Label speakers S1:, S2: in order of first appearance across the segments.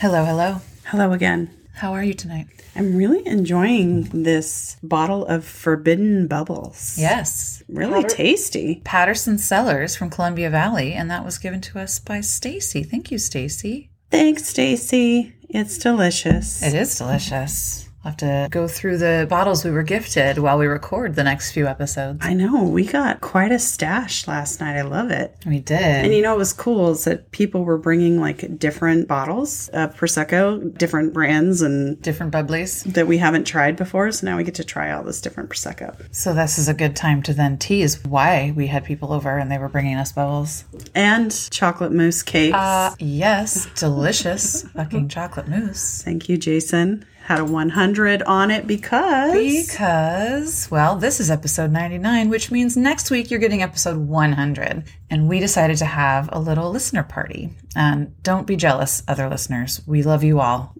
S1: Hello, hello.
S2: Hello again.
S1: How are you tonight?
S2: I'm really enjoying this bottle of forbidden bubbles.
S1: Yes.
S2: Really tasty.
S1: Patterson Cellars from Columbia Valley, and that was given to us by Stacy. Thank you, Stacy.
S2: Thanks, Stacy. It's delicious.
S1: It is delicious. I'll have to go through the bottles we were gifted while we record the next few episodes.
S2: I know. We got quite a stash last night. I love it.
S1: We
S2: And
S1: did.
S2: you know what was cool is that people were bringing like different bottles of Prosecco, different brands, and
S1: Different bubblies.
S2: that we haven't tried before. So now we get to try all this different Prosecco.
S1: So, this is a good time to then tease why we had people over and they were bringing us bubbles.
S2: And chocolate mousse cakes.
S1: Uh, yes, delicious fucking chocolate mousse.
S2: Thank you, Jason. Had a 100 on it because.
S1: Because, well, this is episode 99, which means next week you're getting episode 100. And we decided to have a little listener party. And don't be jealous, other listeners. We love you all.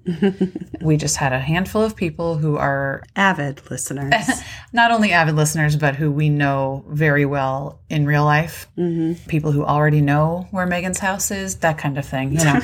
S1: we just had a handful of people who are
S2: avid listeners.
S1: not only avid listeners, but who we know very well in real life. Mm-hmm. People who already know where Megan's house is, that kind of thing. You know,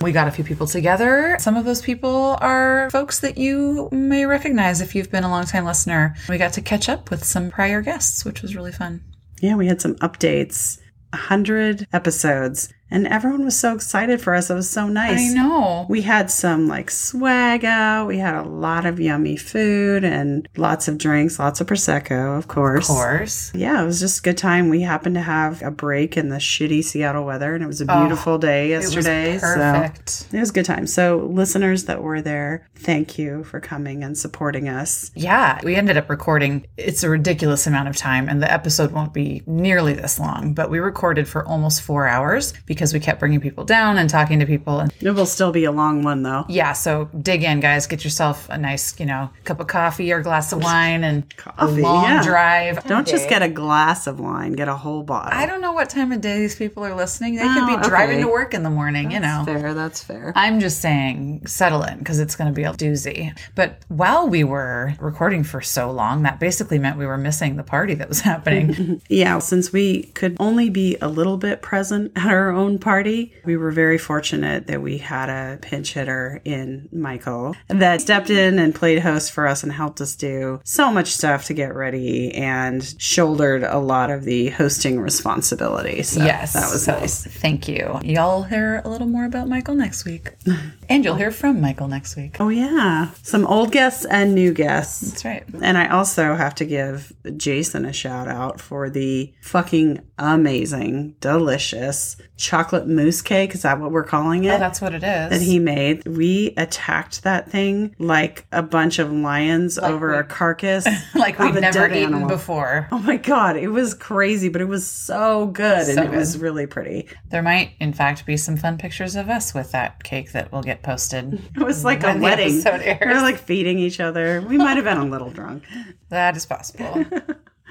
S1: we got a few people together. Some of those people are folks that you may recognize if you've been a longtime listener. We got to catch up with some prior guests, which was really fun.
S2: yeah, we had some updates. 100 episodes. And everyone was so excited for us. It was so nice.
S1: know.
S2: We had some like swag out. We had a lot of yummy food and lots of drinks, lots of Prosecco, of course.
S1: Of course.
S2: Yeah, it was just a good time. We happened to have a break in the shitty Seattle weather, and it was a beautiful day yesterday.
S1: it was perfect.
S2: So it was a good time. So, listeners that were there, thank you for coming and supporting us.
S1: Yeah, we ended up recording. It's a ridiculous amount of time, and the episode won't be nearly this long, but we recorded for almost four hours because we kept bringing people down and talking to people. And
S2: It will still be a long one, though.
S1: yeah, so dig in, guys. Get yourself a nice, you know, cup of coffee or glass of wine and
S2: Coffee,
S1: a long
S2: yeah.
S1: drive.
S2: Don't just get a glass of wine, get a whole bottle.
S1: I don't know what time of day these people are listening. They
S2: Well,
S1: could be driving
S2: Oh, okay.
S1: to work in the morning, you know.
S2: fair, that's fair.
S1: I'm just saying, settle in because it's going to be a doozy. But while we were recording for so long, that basically meant we were missing the party that was happening.
S2: Yeah, since we could only be a little bit present at our own party, we were very fortunate that we had a pinch hitter in Michael that stepped in and played host for us and helped us do so much stuff to get ready and shouldered a lot of the hosting responsibility. So
S1: Yes.
S2: that was
S1: so,
S2: nice.
S1: Thank you. Y'all hear a little more about Michael next week. and you'll hear from Michael next week.
S2: Oh, yeah. Some old guests and new guests.
S1: That's right.
S2: And I also have to give Jason a shout out for the fucking amazing, delicious chocolate mousse cake. Is that what we're calling it?
S1: Well, Oh, that's what it is.
S2: that he made. We attacked that thing like a bunch of lions over a carcass.
S1: like we've
S2: of a
S1: never
S2: dead
S1: eaten
S2: animal.
S1: before.
S2: Oh my god, it was crazy, but it was so good
S1: So
S2: and it was really pretty.
S1: There might, in fact, be some fun pictures of us with that cake that will get posted.
S2: It was like a
S1: the
S2: wedding.
S1: episode
S2: We were
S1: airs.
S2: like feeding each other. We might have been a little drunk.
S1: that is possible.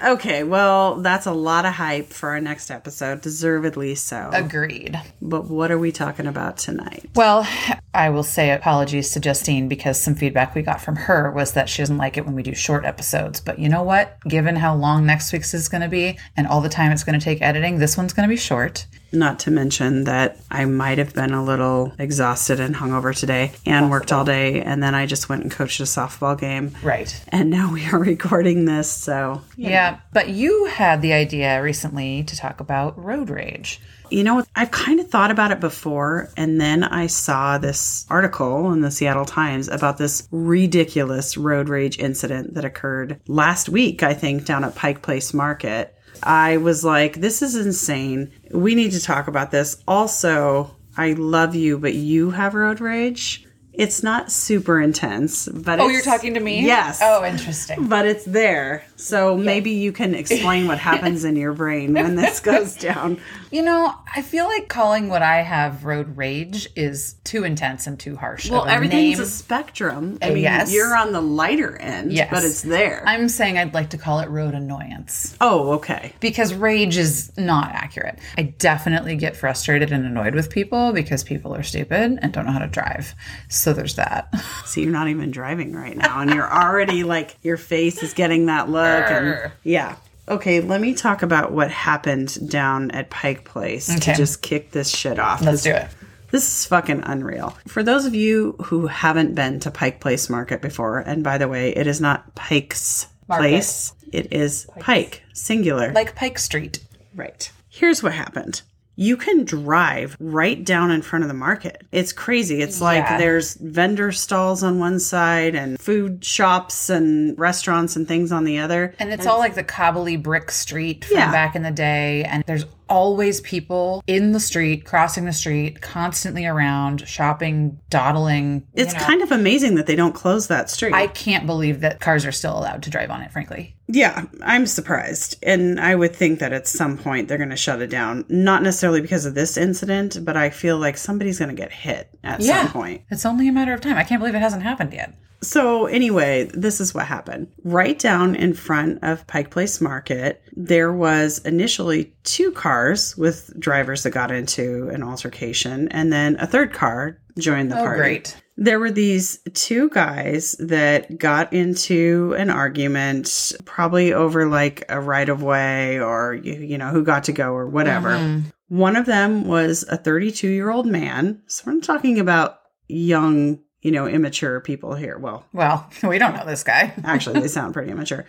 S2: Okay, well, that's a lot of hype for our next episode, deservedly so.
S1: Agreed.
S2: But what are we talking about tonight?
S1: Well, I will say apologies to Justine because some feedback we got from her was that she doesn't like it when we do short episodes. But you know what? Given how long next week's is going to be and all the time it's going to take editing, this one's going to be short.
S2: Not to mention that I might have been a little exhausted and hungover today and worked all day. And then I just went and coached a softball game.
S1: Right.
S2: And now we are recording this. So,
S1: Yeah, but you had the idea recently to talk about road rage.
S2: you know, I've kind of thought about it before. And then I saw this article in the Seattle Times about this ridiculous road rage incident that occurred last week, I think, down at Pike Place Market. I was like, this is insane. We need to talk about this. Also, I love you, but you have road rage. It's not super intense, but
S1: Oh,
S2: it's-
S1: you're talking to me?
S2: Yes
S1: Oh, interesting.
S2: but it's there. So maybe you can explain what happens in your brain when this goes down.
S1: You know, I feel like calling what I have road rage is too intense and too harsh.
S2: Well,
S1: of a
S2: everything's
S1: name.
S2: a spectrum. I mean,
S1: Yes.
S2: you're on the lighter end,
S1: Yes.
S2: but it's there.
S1: I'm saying I'd like to call it road annoyance
S2: oh, okay.
S1: because rage is not accurate. I definitely get frustrated and annoyed with people because people are stupid and don't know how to drive. So there's that.
S2: So you're not even driving right now, and you're already like your face is getting that look, and yeah. Okay, let me talk about what happened down at Pike Place
S1: Okay.
S2: to just kick this shit off.
S1: Let's do it.
S2: This is fucking unreal. For those of you who haven't been to Pike Place Market before, and by the way, it is not Pike's
S1: Market.
S2: Place, it is Pike, singular.
S1: Like Pike Street.
S2: Right. Here's what happened. You can drive right down in front of the market. It's crazy. It's like
S1: Yeah.
S2: there's vendor stalls on one side and food shops and restaurants and things on the other.
S1: And it's all like the cobbly brick street from
S2: Yeah.
S1: back in the day. And there's always people in the street, crossing the street, constantly around, shopping, dawdling. you
S2: It's
S1: know.
S2: kind of amazing that they don't close that street.
S1: I can't believe that cars are still allowed to drive on it, frankly.
S2: yeah, I'm surprised. And I would think that at some point they're going to shut it down. Not necessarily because of this incident, but I feel like somebody's going to get hit at
S1: Yeah.
S2: some point.
S1: It's only a matter of time. I can't believe it hasn't happened yet.
S2: So, anyway, this is what happened. Right down in front of Pike Place Market, there was initially two cars with drivers that got into an altercation, and then a third car joined the
S1: Oh,
S2: party.
S1: great.
S2: There were these two guys that got into an argument, probably over like a right of way or, you, you know, who got to go or whatever.
S1: Mm-hmm.
S2: One of them was a 32 year old man. So we're not talking about young, you know, immature people here. Well,
S1: Well, we don't know this guy.
S2: actually, they sound pretty immature.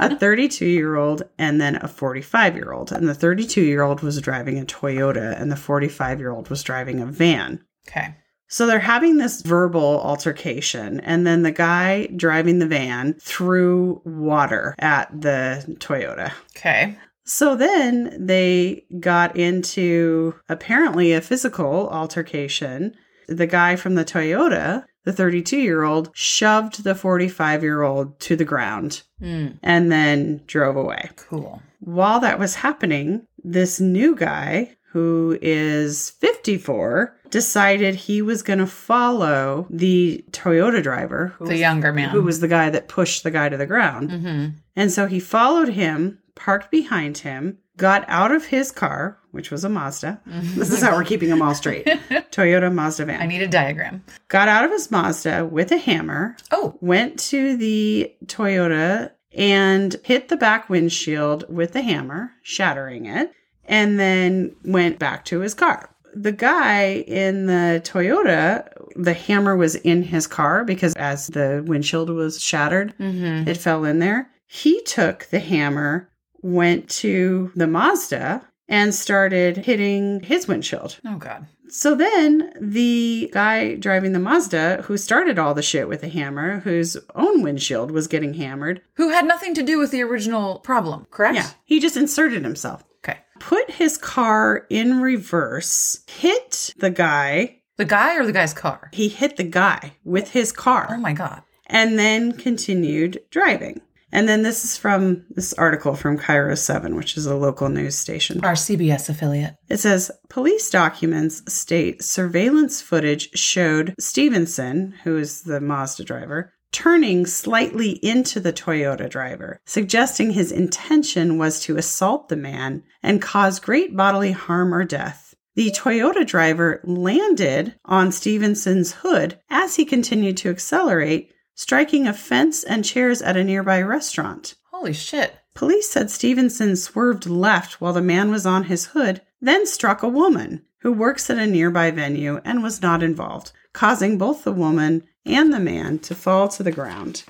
S2: A 32 year old and then a 45 year old. And the 32 year old was driving a Toyota and the 45 year old was driving a van.
S1: Okay.
S2: So they're having this verbal altercation, and then the guy driving the van threw water at the Toyota.
S1: Okay.
S2: So then they got into apparently a physical altercation. The guy from the Toyota, the 32 year old, shoved the 45 year old to the ground
S1: Mm,
S2: and then drove away.
S1: cool.
S2: While that was happening, this new guy who is 54 decided he was going to follow the Toyota driver who,
S1: The younger man.
S2: who was the guy that pushed the guy to the ground.
S1: hmm
S2: And so he followed him, parked behind him, got out of his car, which was a Mazda. This is how we're keeping them all straight. Toyota Mazda
S1: I
S2: van.
S1: need a diagram.
S2: Got out of his Mazda with a hammer,
S1: Oh,
S2: went to the Toyota and hit the back windshield with the hammer, shattering it, and then went back to his car. The guy in the Toyota, the hammer was in his car because as the windshield was shattered,
S1: mm-hmm.
S2: it fell in there. He took the hammer, went to the Mazda, and started hitting his windshield.
S1: oh God.
S2: So then the guy driving the Mazda, who started all the shit with the hammer, whose own windshield was getting hammered,
S1: Who had nothing to do with the original problem, correct?
S2: yeah, he just inserted himself,
S1: Okay.
S2: put his car in reverse, hit the guy.
S1: The guy or the guy's car?
S2: He hit the guy with his car.
S1: Oh my God.
S2: and then continued driving. And then this is from this article from Cairo 7, which is a local news station.
S1: Our CBS affiliate.
S2: It says police documents state surveillance footage showed Stevenson, who is the Mazda driver, turning slightly into the Toyota driver, suggesting his intention was to assault the man and cause great bodily harm or death. The Toyota driver landed on Stevenson's hood as he continued to accelerate, striking a fence and chairs at a nearby restaurant.
S1: Holy shit.
S2: Police said Stevenson swerved left while the man was on his hood, then struck a woman who works at a nearby venue and was not involved, causing both the woman and the man to fall to the ground.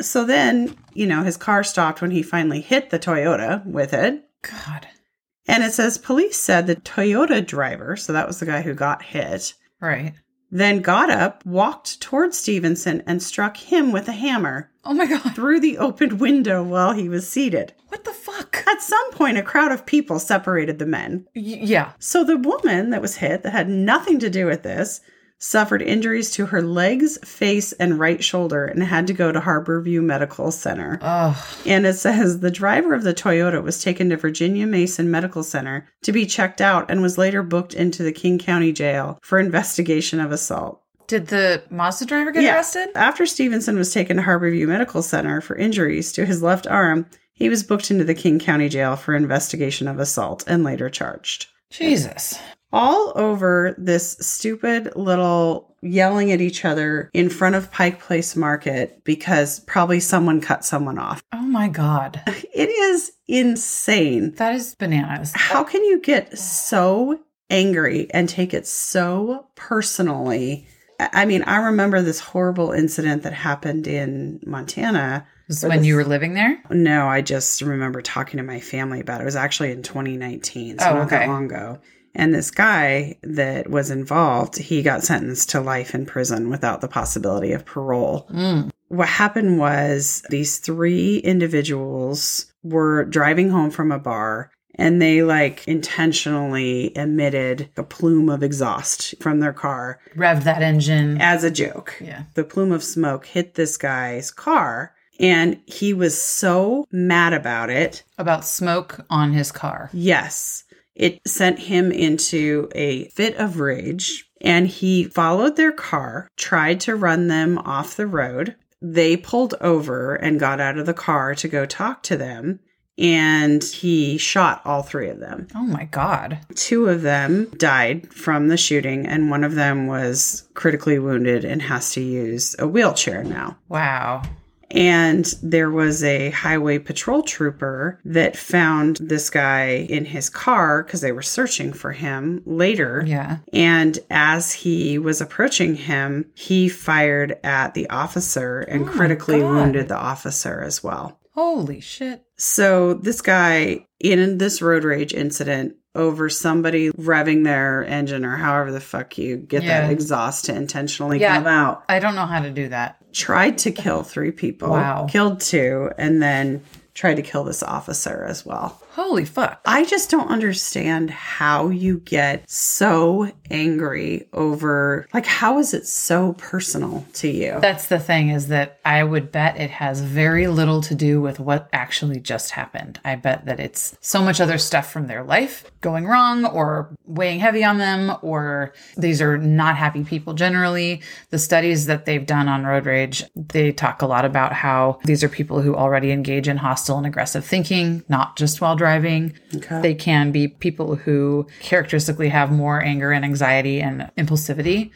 S2: So then, you know, his car stopped when he finally hit the Toyota with it.
S1: God.
S2: And it says police said the Toyota driver, so that was the guy who got hit,
S1: Right.
S2: then got up, walked towards Stevenson, and struck him with a hammer
S1: Oh my God.
S2: through the open window while he was seated.
S1: What the fuck?
S2: At some point, a crowd of people separated the men.
S1: Y- yeah.
S2: So the woman that was hit, that had nothing to do with this, suffered injuries to her legs, face, and right shoulder and had to go to Harborview Medical Center.
S1: Ugh.
S2: And it says the driver of the Toyota was taken to Virginia Mason Medical Center to be checked out and was later booked into the King County Jail for investigation of assault.
S1: Did the Mazda driver get
S2: Yeah.
S1: arrested?
S2: After Stevenson was taken to Harborview Medical Center for injuries to his left arm, he was booked into the King County Jail for investigation of assault and later charged.
S1: Jesus.
S2: All over this stupid little yelling at each other in front of Pike Place Market because probably someone cut someone off.
S1: Oh my God.
S2: It is insane.
S1: That is bananas.
S2: How can you get so angry and take it so personally. I I mean, I remember this horrible incident that happened in Montana.
S1: Was when you were living there?
S2: No, I just remember talking to my family about it. It was actually in 2019, so
S1: Oh,
S2: not that
S1: okay.
S2: long ago. And this guy that was involved, he got sentenced to life in prison without the possibility of parole
S1: Mm.
S2: what happened was these three individuals were driving home from a bar and they like intentionally emitted a plume of exhaust from their car
S1: Revved that engine.
S2: as a joke.
S1: Yeah.
S2: The plume of smoke hit this guy's car and he was so mad about it.
S1: About smoke on his car.
S2: Yes. It sent him into a fit of rage and he followed their car, tried to run them off the road. They pulled over and got out of the car to go talk to them. And he shot all three of them.
S1: Oh my God.
S2: Two of them died from the shooting, and one of them was critically wounded and has to use a wheelchair now.
S1: Wow.
S2: And there was a highway patrol trooper that found this guy in his car because they were searching for him later.
S1: Yeah.
S2: And as he was approaching him, he fired at the officer and
S1: Oh my
S2: critically
S1: God.
S2: wounded the officer as well.
S1: Holy shit.
S2: So this guy in this road rage incident over somebody revving their engine or however the fuck you get
S1: Yeah.
S2: that exhaust to intentionally
S1: Yeah.
S2: come out
S1: I don't know how to do that.
S2: tried to kill three people.
S1: Wow.
S2: Killed two and then tried to kill this officer as well.
S1: Holy fuck.
S2: I just don't understand how you get so angry over like how is it so personal to you?
S1: That's the thing is that I would bet it has very little to do with what actually just happened. I bet that it's so much other stuff from their life going wrong or weighing heavy on them, or these are not happy people generally. The studies that they've done on road rage, they talk a lot about how these are people who already engage in hostile and aggressive thinking, not just while driving. They can be people who characteristically have more anger and anxiety and impulsivity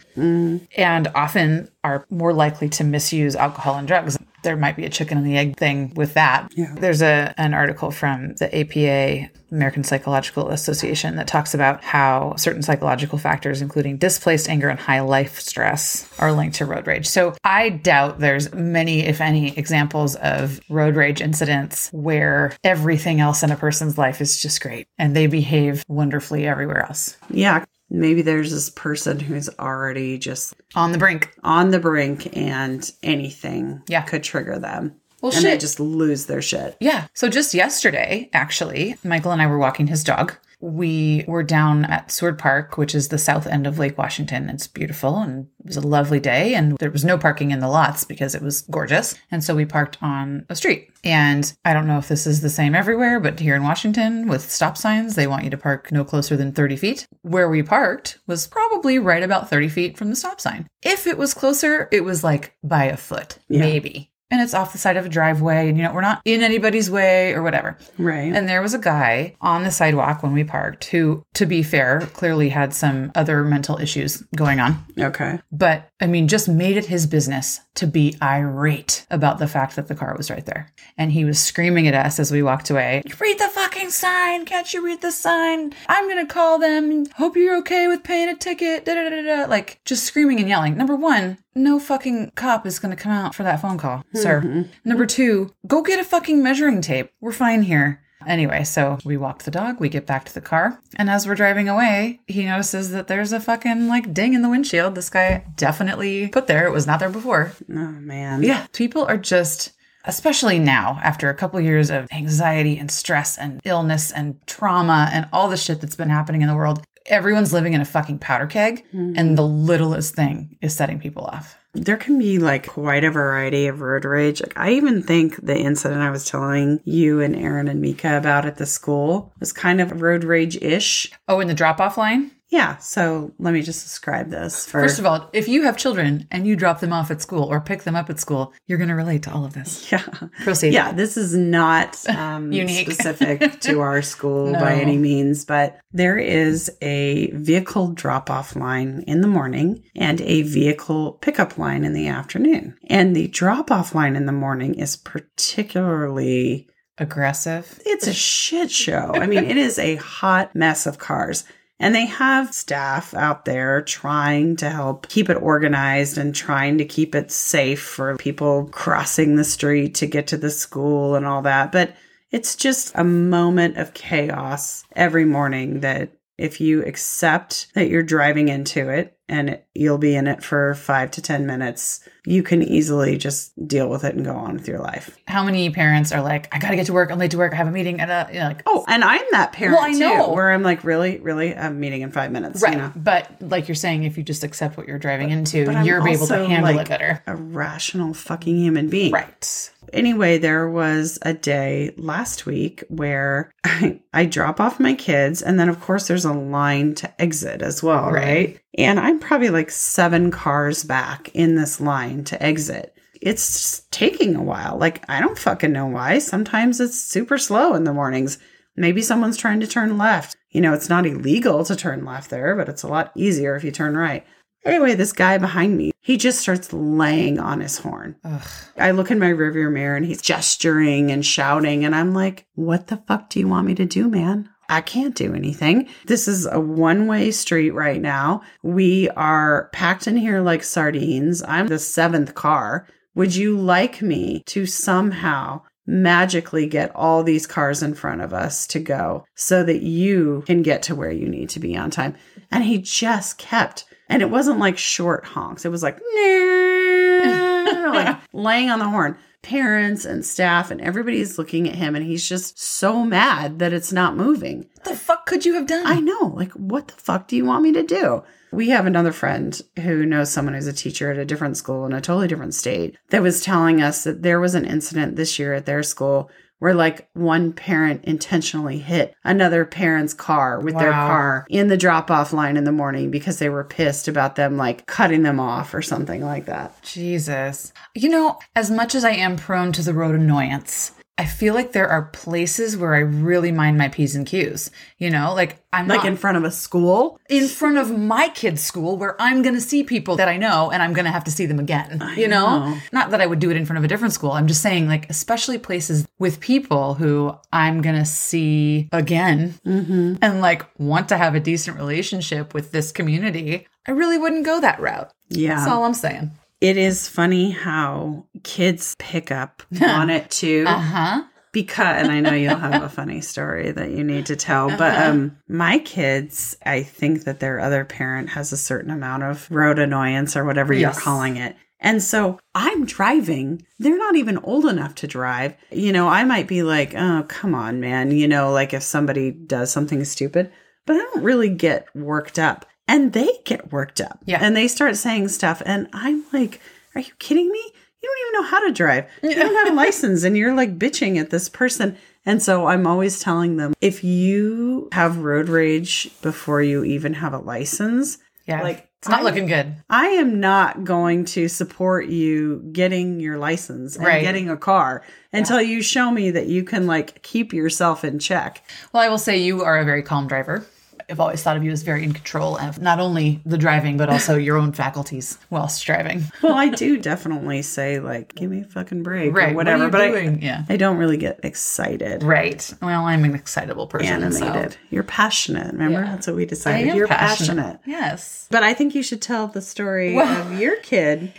S1: and often are more likely to misuse alcohol and drugs. There might be a chicken and the egg thing with that. There's a an article from the APA, American Psychological Association, that talks about how certain psychological factors, including displaced anger and high life stress, are linked to road rage. So I doubt there's many, if any, examples of road rage incidents where everything else in a person's life is just great and they behave wonderfully everywhere else.
S2: yeah. Maybe there's this person who's already just
S1: On the brink.
S2: on the brink and anything
S1: Yeah.
S2: could trigger them.
S1: Well,
S2: and they
S1: shit.
S2: just lose their shit.
S1: Yeah. So just yesterday, actually, Michael and I were walking his dog. We were down at Seward Park, which is the south end of Lake Washington. It's beautiful and it was a lovely day. And there was no parking in the lots because it was gorgeous. And so we parked on a street. And I don't know if this is the same everywhere, but here in Washington with stop signs, they want you to park no closer than 30 feet. Where we parked was probably right about 30 feet from the stop sign. If it was closer, it was like by a foot,
S2: Yeah.
S1: maybe. And it's off the side of a driveway, and you know, we're not in anybody's way or whatever.
S2: Right.
S1: And there was a guy on the sidewalk when we parked who, to be fair, clearly had some other mental issues going on.
S2: okay.
S1: But I mean, just made it his business to be irate about the fact that the car was right there. And he was screaming at us as we walked away Read the fucking sign. Can't you read the sign? I'm going to call them. Hope you're okay with paying a ticket. Da, da, da, da, da." Like, just screaming and yelling. Number one, no fucking cop is going to come out for that phone call, sir. Number two, go get a fucking measuring tape. We're fine here. Anyway, so we walk the dog, we get back to the car, and as we're driving away, he notices that there's a fucking like ding in the windshield. This guy definitely put there. It was not there before.
S2: Oh man.
S1: Yeah. People are just, especially now after a couple years of anxiety and stress and illness and trauma and all the shit that's been happening in the world, everyone's living in a fucking powder keg, and the littlest thing is setting people off.
S2: There can be like quite a variety of road rage. Like I even think the incident I was telling you and Aaron and Mika about at the school was kind of road rage ish.
S1: Oh, and the drop off line?
S2: Yeah. So let me just describe this for
S1: First of all, if you have children and you drop them off at school or pick them up at school, you're going to relate to all of this.
S2: yeah.
S1: Proceed.
S2: Yeah, this is not um,
S1: Unique.
S2: specific to our school
S1: No.
S2: by any means, but there is a vehicle drop off line in the morning and a vehicle pickup line in the afternoon. And the drop off line in the morning is particularly
S1: Aggressive.
S2: it's a shit show. I mean, it is a hot mess of cars. And they have staff out there trying to help keep it organized and trying to keep it safe for people crossing the street to get to the school and all that. But it's just a moment of chaos every morning that if you accept that you're driving into it and you'll be in it for five to 10 minutes, you can easily just deal with it and go on with your life.
S1: How many parents are like, I got to get to work. I'm late to work. I have a meeting. And, uh, you know, like,
S2: Oh, and I'm that parent
S1: Well, I
S2: too,
S1: know.
S2: where I'm like, really, really, I'm meeting in five minutes. you
S1: right.
S2: know?
S1: But like you're saying, if you just accept what you're driving into,
S2: I'm
S1: you're able to
S2: also,
S1: handle
S2: like,
S1: it better.
S2: A rational fucking human being.
S1: Right.
S2: Anyway, there was a day last week where I, I drop off my kids, and then, of course, there's a line to exit as well, right?
S1: Right.
S2: And I'm probably like seven cars back in this line to exit. It's just taking a while. Like, I don't fucking know why. Sometimes it's super slow in the mornings. Maybe someone's trying to turn left. You know, it's not illegal to turn left there, but it's a lot easier if you turn right. Anyway, this guy behind me, he just starts laying on his horn.
S1: Ugh.
S2: I look in my rearview mirror and he's gesturing and shouting. And I'm like, what the fuck do you want me to do, man? I can't do anything. This is a one way street right now. We are packed in here like sardines. I'm the seventh car. Would you like me to somehow magically get all these cars in front of us to go so that you can get to where you need to be on time? And he just kept, and it wasn't like short honks, it was like, like laying on the horn. Parents and staff and everybody's looking at him, and he's just so mad that it's not moving.
S1: What the fuck could you have done?
S2: I know, like, what the fuck do you want me to do? We have another friend who knows someone who's a teacher at a different school in a totally different state that was telling us that there was an incident this year at their school where, like, one parent intentionally hit another parent's car with their
S1: Wow.
S2: car in the drop off line in the morning because they were pissed about them, like, cutting them off or something like that.
S1: Jesus. You know, as much as I am prone to the road annoyance, I feel like there are places where I really mind my P's and Q's. You know, like I'm
S2: Like
S1: not
S2: in front of a school.
S1: in front of my kids' school where I'm going to see people that I know and I'm going to have to see them again. you know?
S2: know.
S1: Not that I would do it in front of a different school. I'm just saying, like, especially places with people who I'm going to see again
S2: Mm-hmm.
S1: and like want to have a decent relationship with this community. I really wouldn't go that route.
S2: Yeah.
S1: That's all I'm saying.
S2: It is funny how kids pick up on it too.
S1: Uh
S2: uh-huh.
S1: huh.
S2: Because, and I know you'll have a funny story that you need to tell, but um, my kids, I think that their other parent has a certain amount of road annoyance or whatever
S1: Yes.
S2: you're calling it. And so I'm driving. They're not even old enough to drive. You know, I might be like, oh, come on, man. You know, like if somebody does something stupid, but I don't really get worked up. And they get worked up.
S1: Yeah.
S2: And they start saying stuff. And I'm like, are you kidding me? You don't even know how to drive. You don't have a license and you're like bitching at this person. And so I'm always telling them if you have road rage before you even have a license,
S1: Yeah.
S2: Like,
S1: it's not
S2: I-
S1: looking good.
S2: I am not going to support you getting your license and
S1: Right.
S2: getting a car until you show me that you can like keep yourself in check.
S1: Well, I will say you are a very calm driver. I've always thought of you as very in control of not only the driving, but also your own faculties whilst driving.
S2: Well, I do definitely say like, give me a fucking break
S1: Right.
S2: or whatever,
S1: What are
S2: but
S1: you
S2: I,
S1: doing? yeah.
S2: I don't really get excited.
S1: Right. Well, I'm an excitable person. so-
S2: Animated. You're passionate. Remember, that's what we
S1: I
S2: decided.
S1: am
S2: You're
S1: passionate.
S2: passionate.
S1: Yes.
S2: But I think you should tell the story
S1: Well-
S2: of your kid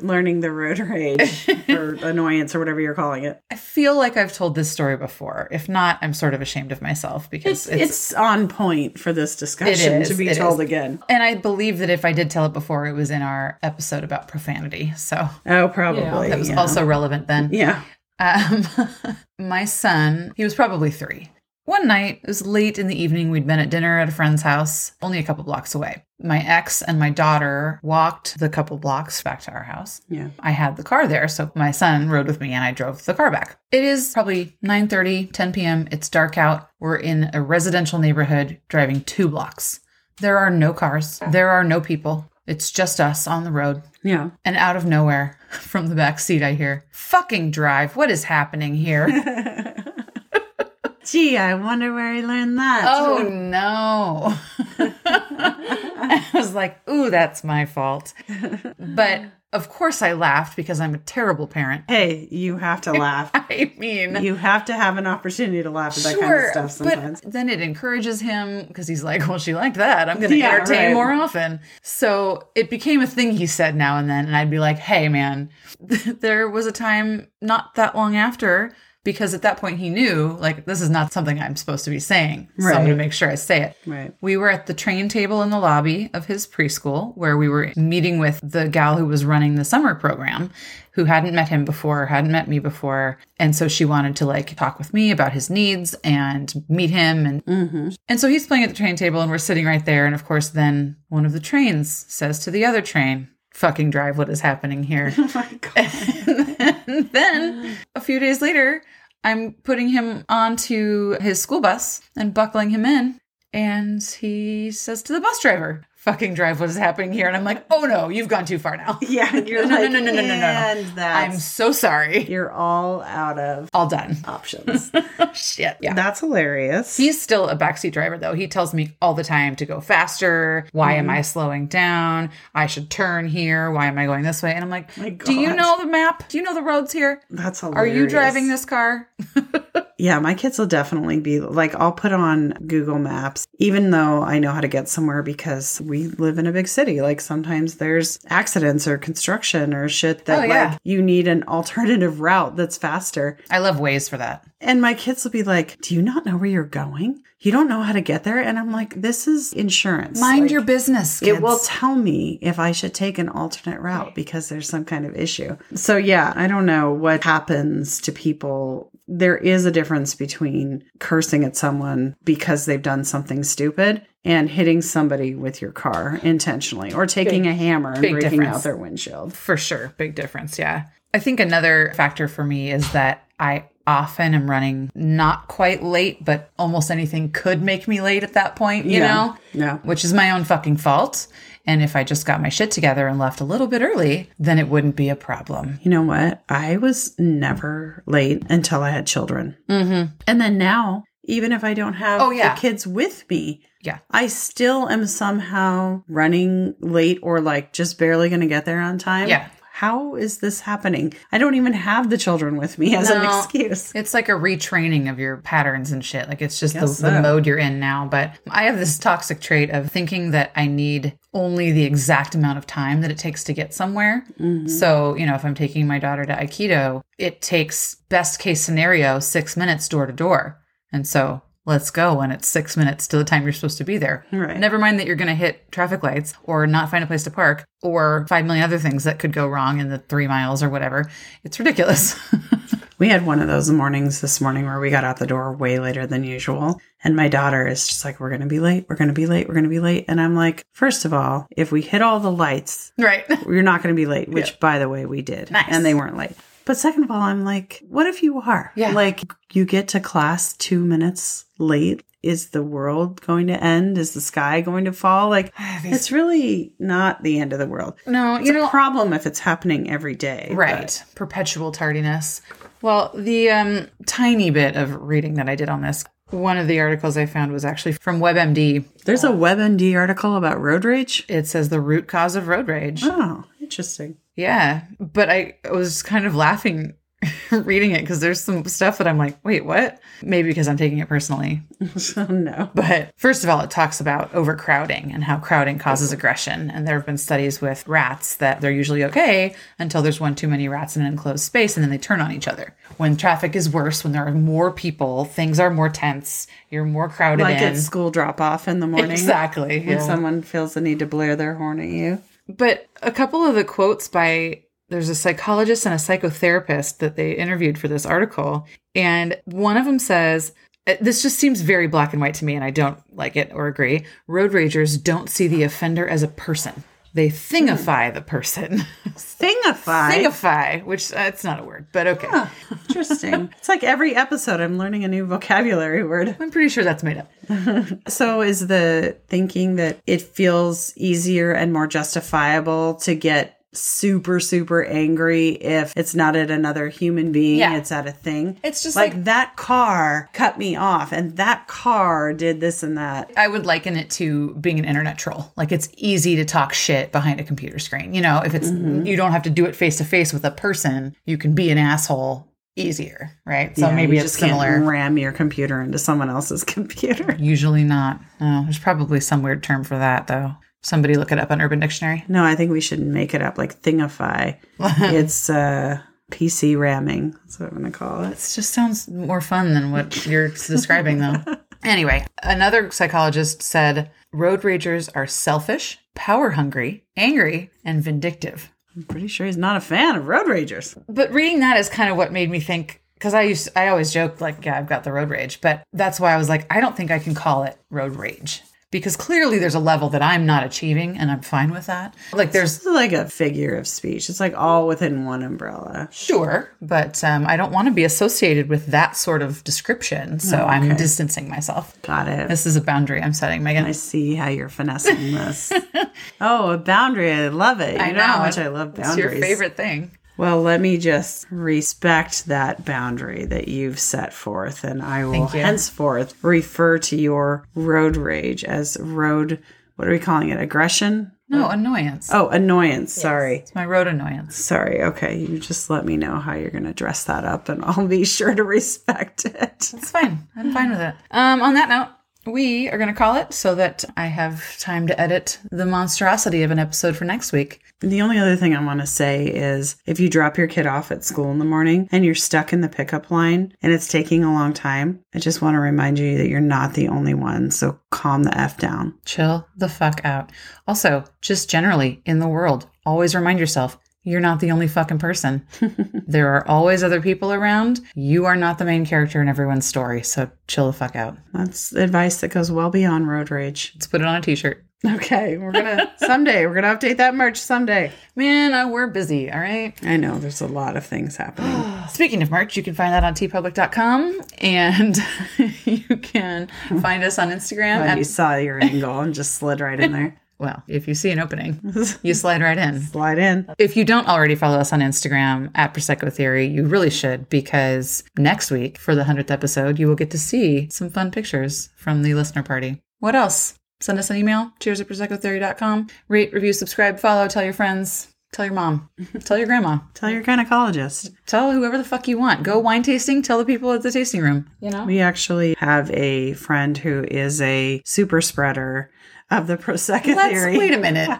S2: learning the road rage or annoyance or whatever you're calling it.
S1: I feel like I've told this story before. If not, I'm sort of ashamed of myself because
S2: It's,
S1: it's,
S2: on point for this discussion
S1: is,
S2: to be
S1: it is.
S2: told again.
S1: and I believe that if I did tell it before, it was in our episode about profanity. So
S2: Oh, probably.
S1: that was
S2: yeah.
S1: also relevant then.
S2: yeah.
S1: Um, my son, he was probably three. One night, it was late in the evening. We'd been at dinner at a friend's house, only a couple blocks away. My ex and my daughter walked the couple blocks back to our house.
S2: Yeah.
S1: I had the car there, so my son rode with me and I drove the car back. It is probably 9:30, 10 p.m. It's dark out. We're in a residential neighborhood driving two blocks. There are no cars. There are no people. It's just us on the road.
S2: Yeah.
S1: And out of nowhere, from the back seat, I hear, "Fucking drive! What is happening here?"
S2: Gee, I wonder where he learned that.
S1: oh no! I was like, "Ooh, that's my fault." But Of course, I laughed because I'm a terrible parent.
S2: Hey, you have to laugh.
S1: I mean,
S2: You have to have an opportunity to laugh at that kind of stuff sometimes.
S1: But then it encourages him because he's like, well, she liked that. I'm going to
S2: Yeah,
S1: entertain
S2: right.
S1: more often. So it became a thing he said now and then. And I'd be like, hey, man, there was a time not that long after because at that point he knew, like, this is not something I'm supposed to be saying. So I'm going
S2: Right.
S1: to make sure I say it.
S2: right.
S1: We were at the train table in the lobby of his preschool where we were meeting with the gal who was running the summer program who hadn't met him before, hadn't met me before. And so she wanted to like talk with me about his needs and meet him and and so he's playing at the train table and we're sitting right there and of course then one of the trains says to the other train, fucking drive what is happening here.
S2: Oh my God.
S1: and then a few days later, I'm putting him onto his school bus and buckling him in. And he says to the bus driver, fucking drive what is happening here. And I'm like, oh no, you've gone too far now.
S2: Yeah, you're
S1: No, no,
S2: like,
S1: no, no, no, no, no, no.
S2: and
S1: I'm
S2: that's,
S1: so sorry.
S2: you're all out of
S1: All done.
S2: options.
S1: Shit. Yeah.
S2: that's hilarious.
S1: He's still a backseat driver, though. He tells me all the time to go faster. Why am
S2: Mm-hmm.
S1: I slowing down? I should turn here. Why am I going this way? And I'm like,
S2: My
S1: do you
S2: God.
S1: know the map? Do you know the roads here?
S2: That's hilarious.
S1: Are you driving this car?
S2: Yeah, my kids will definitely be like, I'll put on Google Maps, even though I know how to get somewhere because we live in a big city. Like sometimes there's accidents or construction or shit that
S1: Oh, yeah.
S2: like you need an alternative route that's faster.
S1: I love ways for that.
S2: And my kids will be like, Do you not know where you're going? You don't know how to get there. And I'm like, This is insurance.
S1: Mind
S2: Like,
S1: your business. Kids.
S2: It will tell me if I should take an alternate route because there's some kind of issue. So, yeah, I don't know what happens to people. There is a difference between cursing at someone because they've done something stupid and hitting somebody with your car intentionally or taking a hammer and
S1: big
S2: breaking
S1: difference.
S2: out their windshield.
S1: for sure. Big difference. Yeah. I think another factor for me is that I often am running not quite late, but almost anything could make me late at that point, you know?
S2: Yeah.
S1: Which is my own fucking fault. And if I just got my shit together and left a little bit early, then it wouldn't be a problem.
S2: You know what? I was never late until I had children.
S1: Mm-hmm.
S2: And then now, even if I don't have
S1: Oh, yeah.
S2: the kids with me,
S1: Yeah.
S2: I still am somehow running late or like just barely going to get there on time.
S1: Yeah.
S2: How is this happening? I don't even have the children with me as an
S1: No.
S2: excuse.
S1: It's like a retraining of your patterns and shit. Like it's just the,
S2: Guess
S1: the
S2: so.
S1: mode you're in now. But I have this toxic trait of thinking that I need only the exact amount of time that it takes to get somewhere.
S2: Mm-hmm.
S1: So, you know, if I'm taking my daughter to Aikido, it takes best case scenario six minutes door to door. And so let's go when it's six minutes to the time you're supposed to be there.
S2: Right.
S1: Never mind that you're going to hit traffic lights or not find a place to park or five million other things that could go wrong in the three miles or whatever. It's ridiculous.
S2: We had one of those mornings this morning where we got out the door way later than usual. And my daughter is just like, we're going to be late. We're going to be late. We're going to be late. And I'm like, first of all, if we hit all the lights,
S1: right.
S2: you're not going to be late, which by the way, we did.
S1: Nice.
S2: And they weren't late. But second of all, I'm like, what if you are?
S1: Yeah.
S2: Like, you get to class two minutes late. Is the world going to end? Is the sky going to fall? Like,
S1: These
S2: it's really not the end of the world.
S1: No,
S2: It's
S1: you
S2: a
S1: know,
S2: problem if it's happening every day. but-
S1: right. Perpetual tardiness. Well, the um, tiny bit of reading that I did on this, one of the articles I found was actually from WebMD.
S2: There's a WebMD article about road rage.
S1: It says the root cause of road rage.
S2: Oh, interesting.
S1: Yeah. But I was kind of laughing reading it because there's some stuff that I'm like, wait, what? Maybe because I'm taking it personally.
S2: oh, no.
S1: But first of all, it talks about overcrowding and how crowding causes aggression. And there have been studies with rats that they're usually okay until there's one too many rats in an enclosed space and then they turn on each other. When traffic is worse, when there are more people, things are more tense, you're more crowded
S2: Like
S1: in.
S2: at school drop off in the morning.
S1: Exactly.
S2: If
S1: yeah.
S2: someone feels the need to blare their horn at you.
S1: But a couple of the quotes by there's a psychologist and a psychotherapist that they interviewed for this article. And one of them says, uh, This just seems very black and white to me, and I don't like it or agree. Road ragers don't see the offender as a person, they thingify the person.
S2: Thingify.
S1: thingify, which uh, it's not a word, but okay.
S2: Interesting. it's like every episode I'm learning a new vocabulary word.
S1: I'm pretty sure that's made up.
S2: So is the thinking that it feels easier and more justifiable to get super, super angry if it's not at another human being,
S1: Yeah.
S2: it's at a thing.
S1: It's just like-
S2: that car cut me off and that car did this and that.
S1: I would liken it to being an internet troll. Like it's easy to talk shit behind a computer screen. You know, if it's
S2: Mm-hmm.
S1: you don't have to do it face to face with a person, you can be an asshole easier, right? So
S2: Yeah,
S1: maybe
S2: you
S1: it's
S2: can't
S1: similar.
S2: ram your computer into someone else's computer.
S1: Usually not. No, there's probably some weird term for that though. Somebody look it up on Urban Dictionary.
S2: No, I think we should make it up like Thingify. it's uh, PC ramming. That's what I'm going to call it.
S1: It just sounds more fun than what you're describing though. Anyway, another psychologist said road ragers are selfish, power hungry, angry, and vindictive.
S2: I'm pretty sure he's not a fan of road ragers.
S1: but reading that is kind of what made me think because I used I always joke like yeah I've got the road rage, but that's why I was like I don't think I can call it road rage because clearly there's a level that I'm not achieving and I'm fine with that. Like there's
S2: It's like a figure of speech. It's like all within one umbrella.
S1: sure, but um, I don't want to be associated with that sort of description, so I'm distancing myself.
S2: Got it.
S1: This is a boundary I'm setting, Megan.
S2: I see how you're finessing this. oh, a boundary. I love it. You know, how much I love
S1: It's
S2: boundaries.
S1: your favorite thing.
S2: Well, let me just respect that boundary that you've set forth, and I will
S1: you.
S2: henceforth refer to your road rage as road. What are we calling it? Aggression?
S1: No annoyance.
S2: Oh, annoyance. Sorry.
S1: It's my road annoyance.
S2: Sorry. Okay. You just let me know how you're going to dress that up, and I'll be sure to respect it.
S1: It's fine. I'm fine with it. Um, on that note, we are going to call it so that I have time to edit the monstrosity of an episode for next week.
S2: The only other thing I want to say is if you drop your kid off at school in the morning and you're stuck in the pickup line and it's taking a long time, I just want to remind you that you're not the only one. So calm the F down.
S1: Chill the fuck out. Also, just generally in the world, always remind yourself you're not the only fucking person. there are always other people around. You are not the main character in everyone's story. So chill the fuck out.
S2: That's advice that goes well beyond road rage.
S1: Let's put it on a t shirt.
S2: Okay, we're going to someday, we're going to update that merch someday.
S1: Man, I, we're busy. All right.
S2: I know there's a lot of things happening.
S1: Speaking of merch, you can find that on tpublic.com and you can find us on Instagram
S2: But
S1: at
S2: you saw your angle and just slid right in there.
S1: Well, if you see an opening, you slide right in.
S2: Slide in.
S1: If you don't already follow us on Instagram at Prosecco Theory, you really should because next week for the 100th episode, you will get to see some fun pictures from the listener party. What else? Send us an email, cheers at proseccotheory.com. Rate, review, subscribe, follow, tell your friends, tell your mom, tell your grandma,
S2: Tell your gynecologist.
S1: tell whoever the fuck you want. Go wine tasting, tell the people at the tasting room. You know?
S2: We actually have a friend who is a super spreader of the Prosecco
S1: Let's
S2: theory.
S1: wait a minute.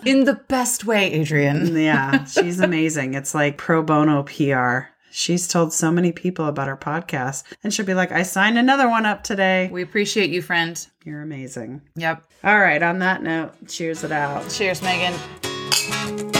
S1: In the best way, Adrian.
S2: yeah, she's amazing. It's like pro bono PR. She's told so many people about our podcast, and she'll be like, I signed another one up today.
S1: We appreciate you, friend.
S2: You're amazing.
S1: Yep.
S2: All right, on that note, cheers it out.
S1: Cheers, Megan.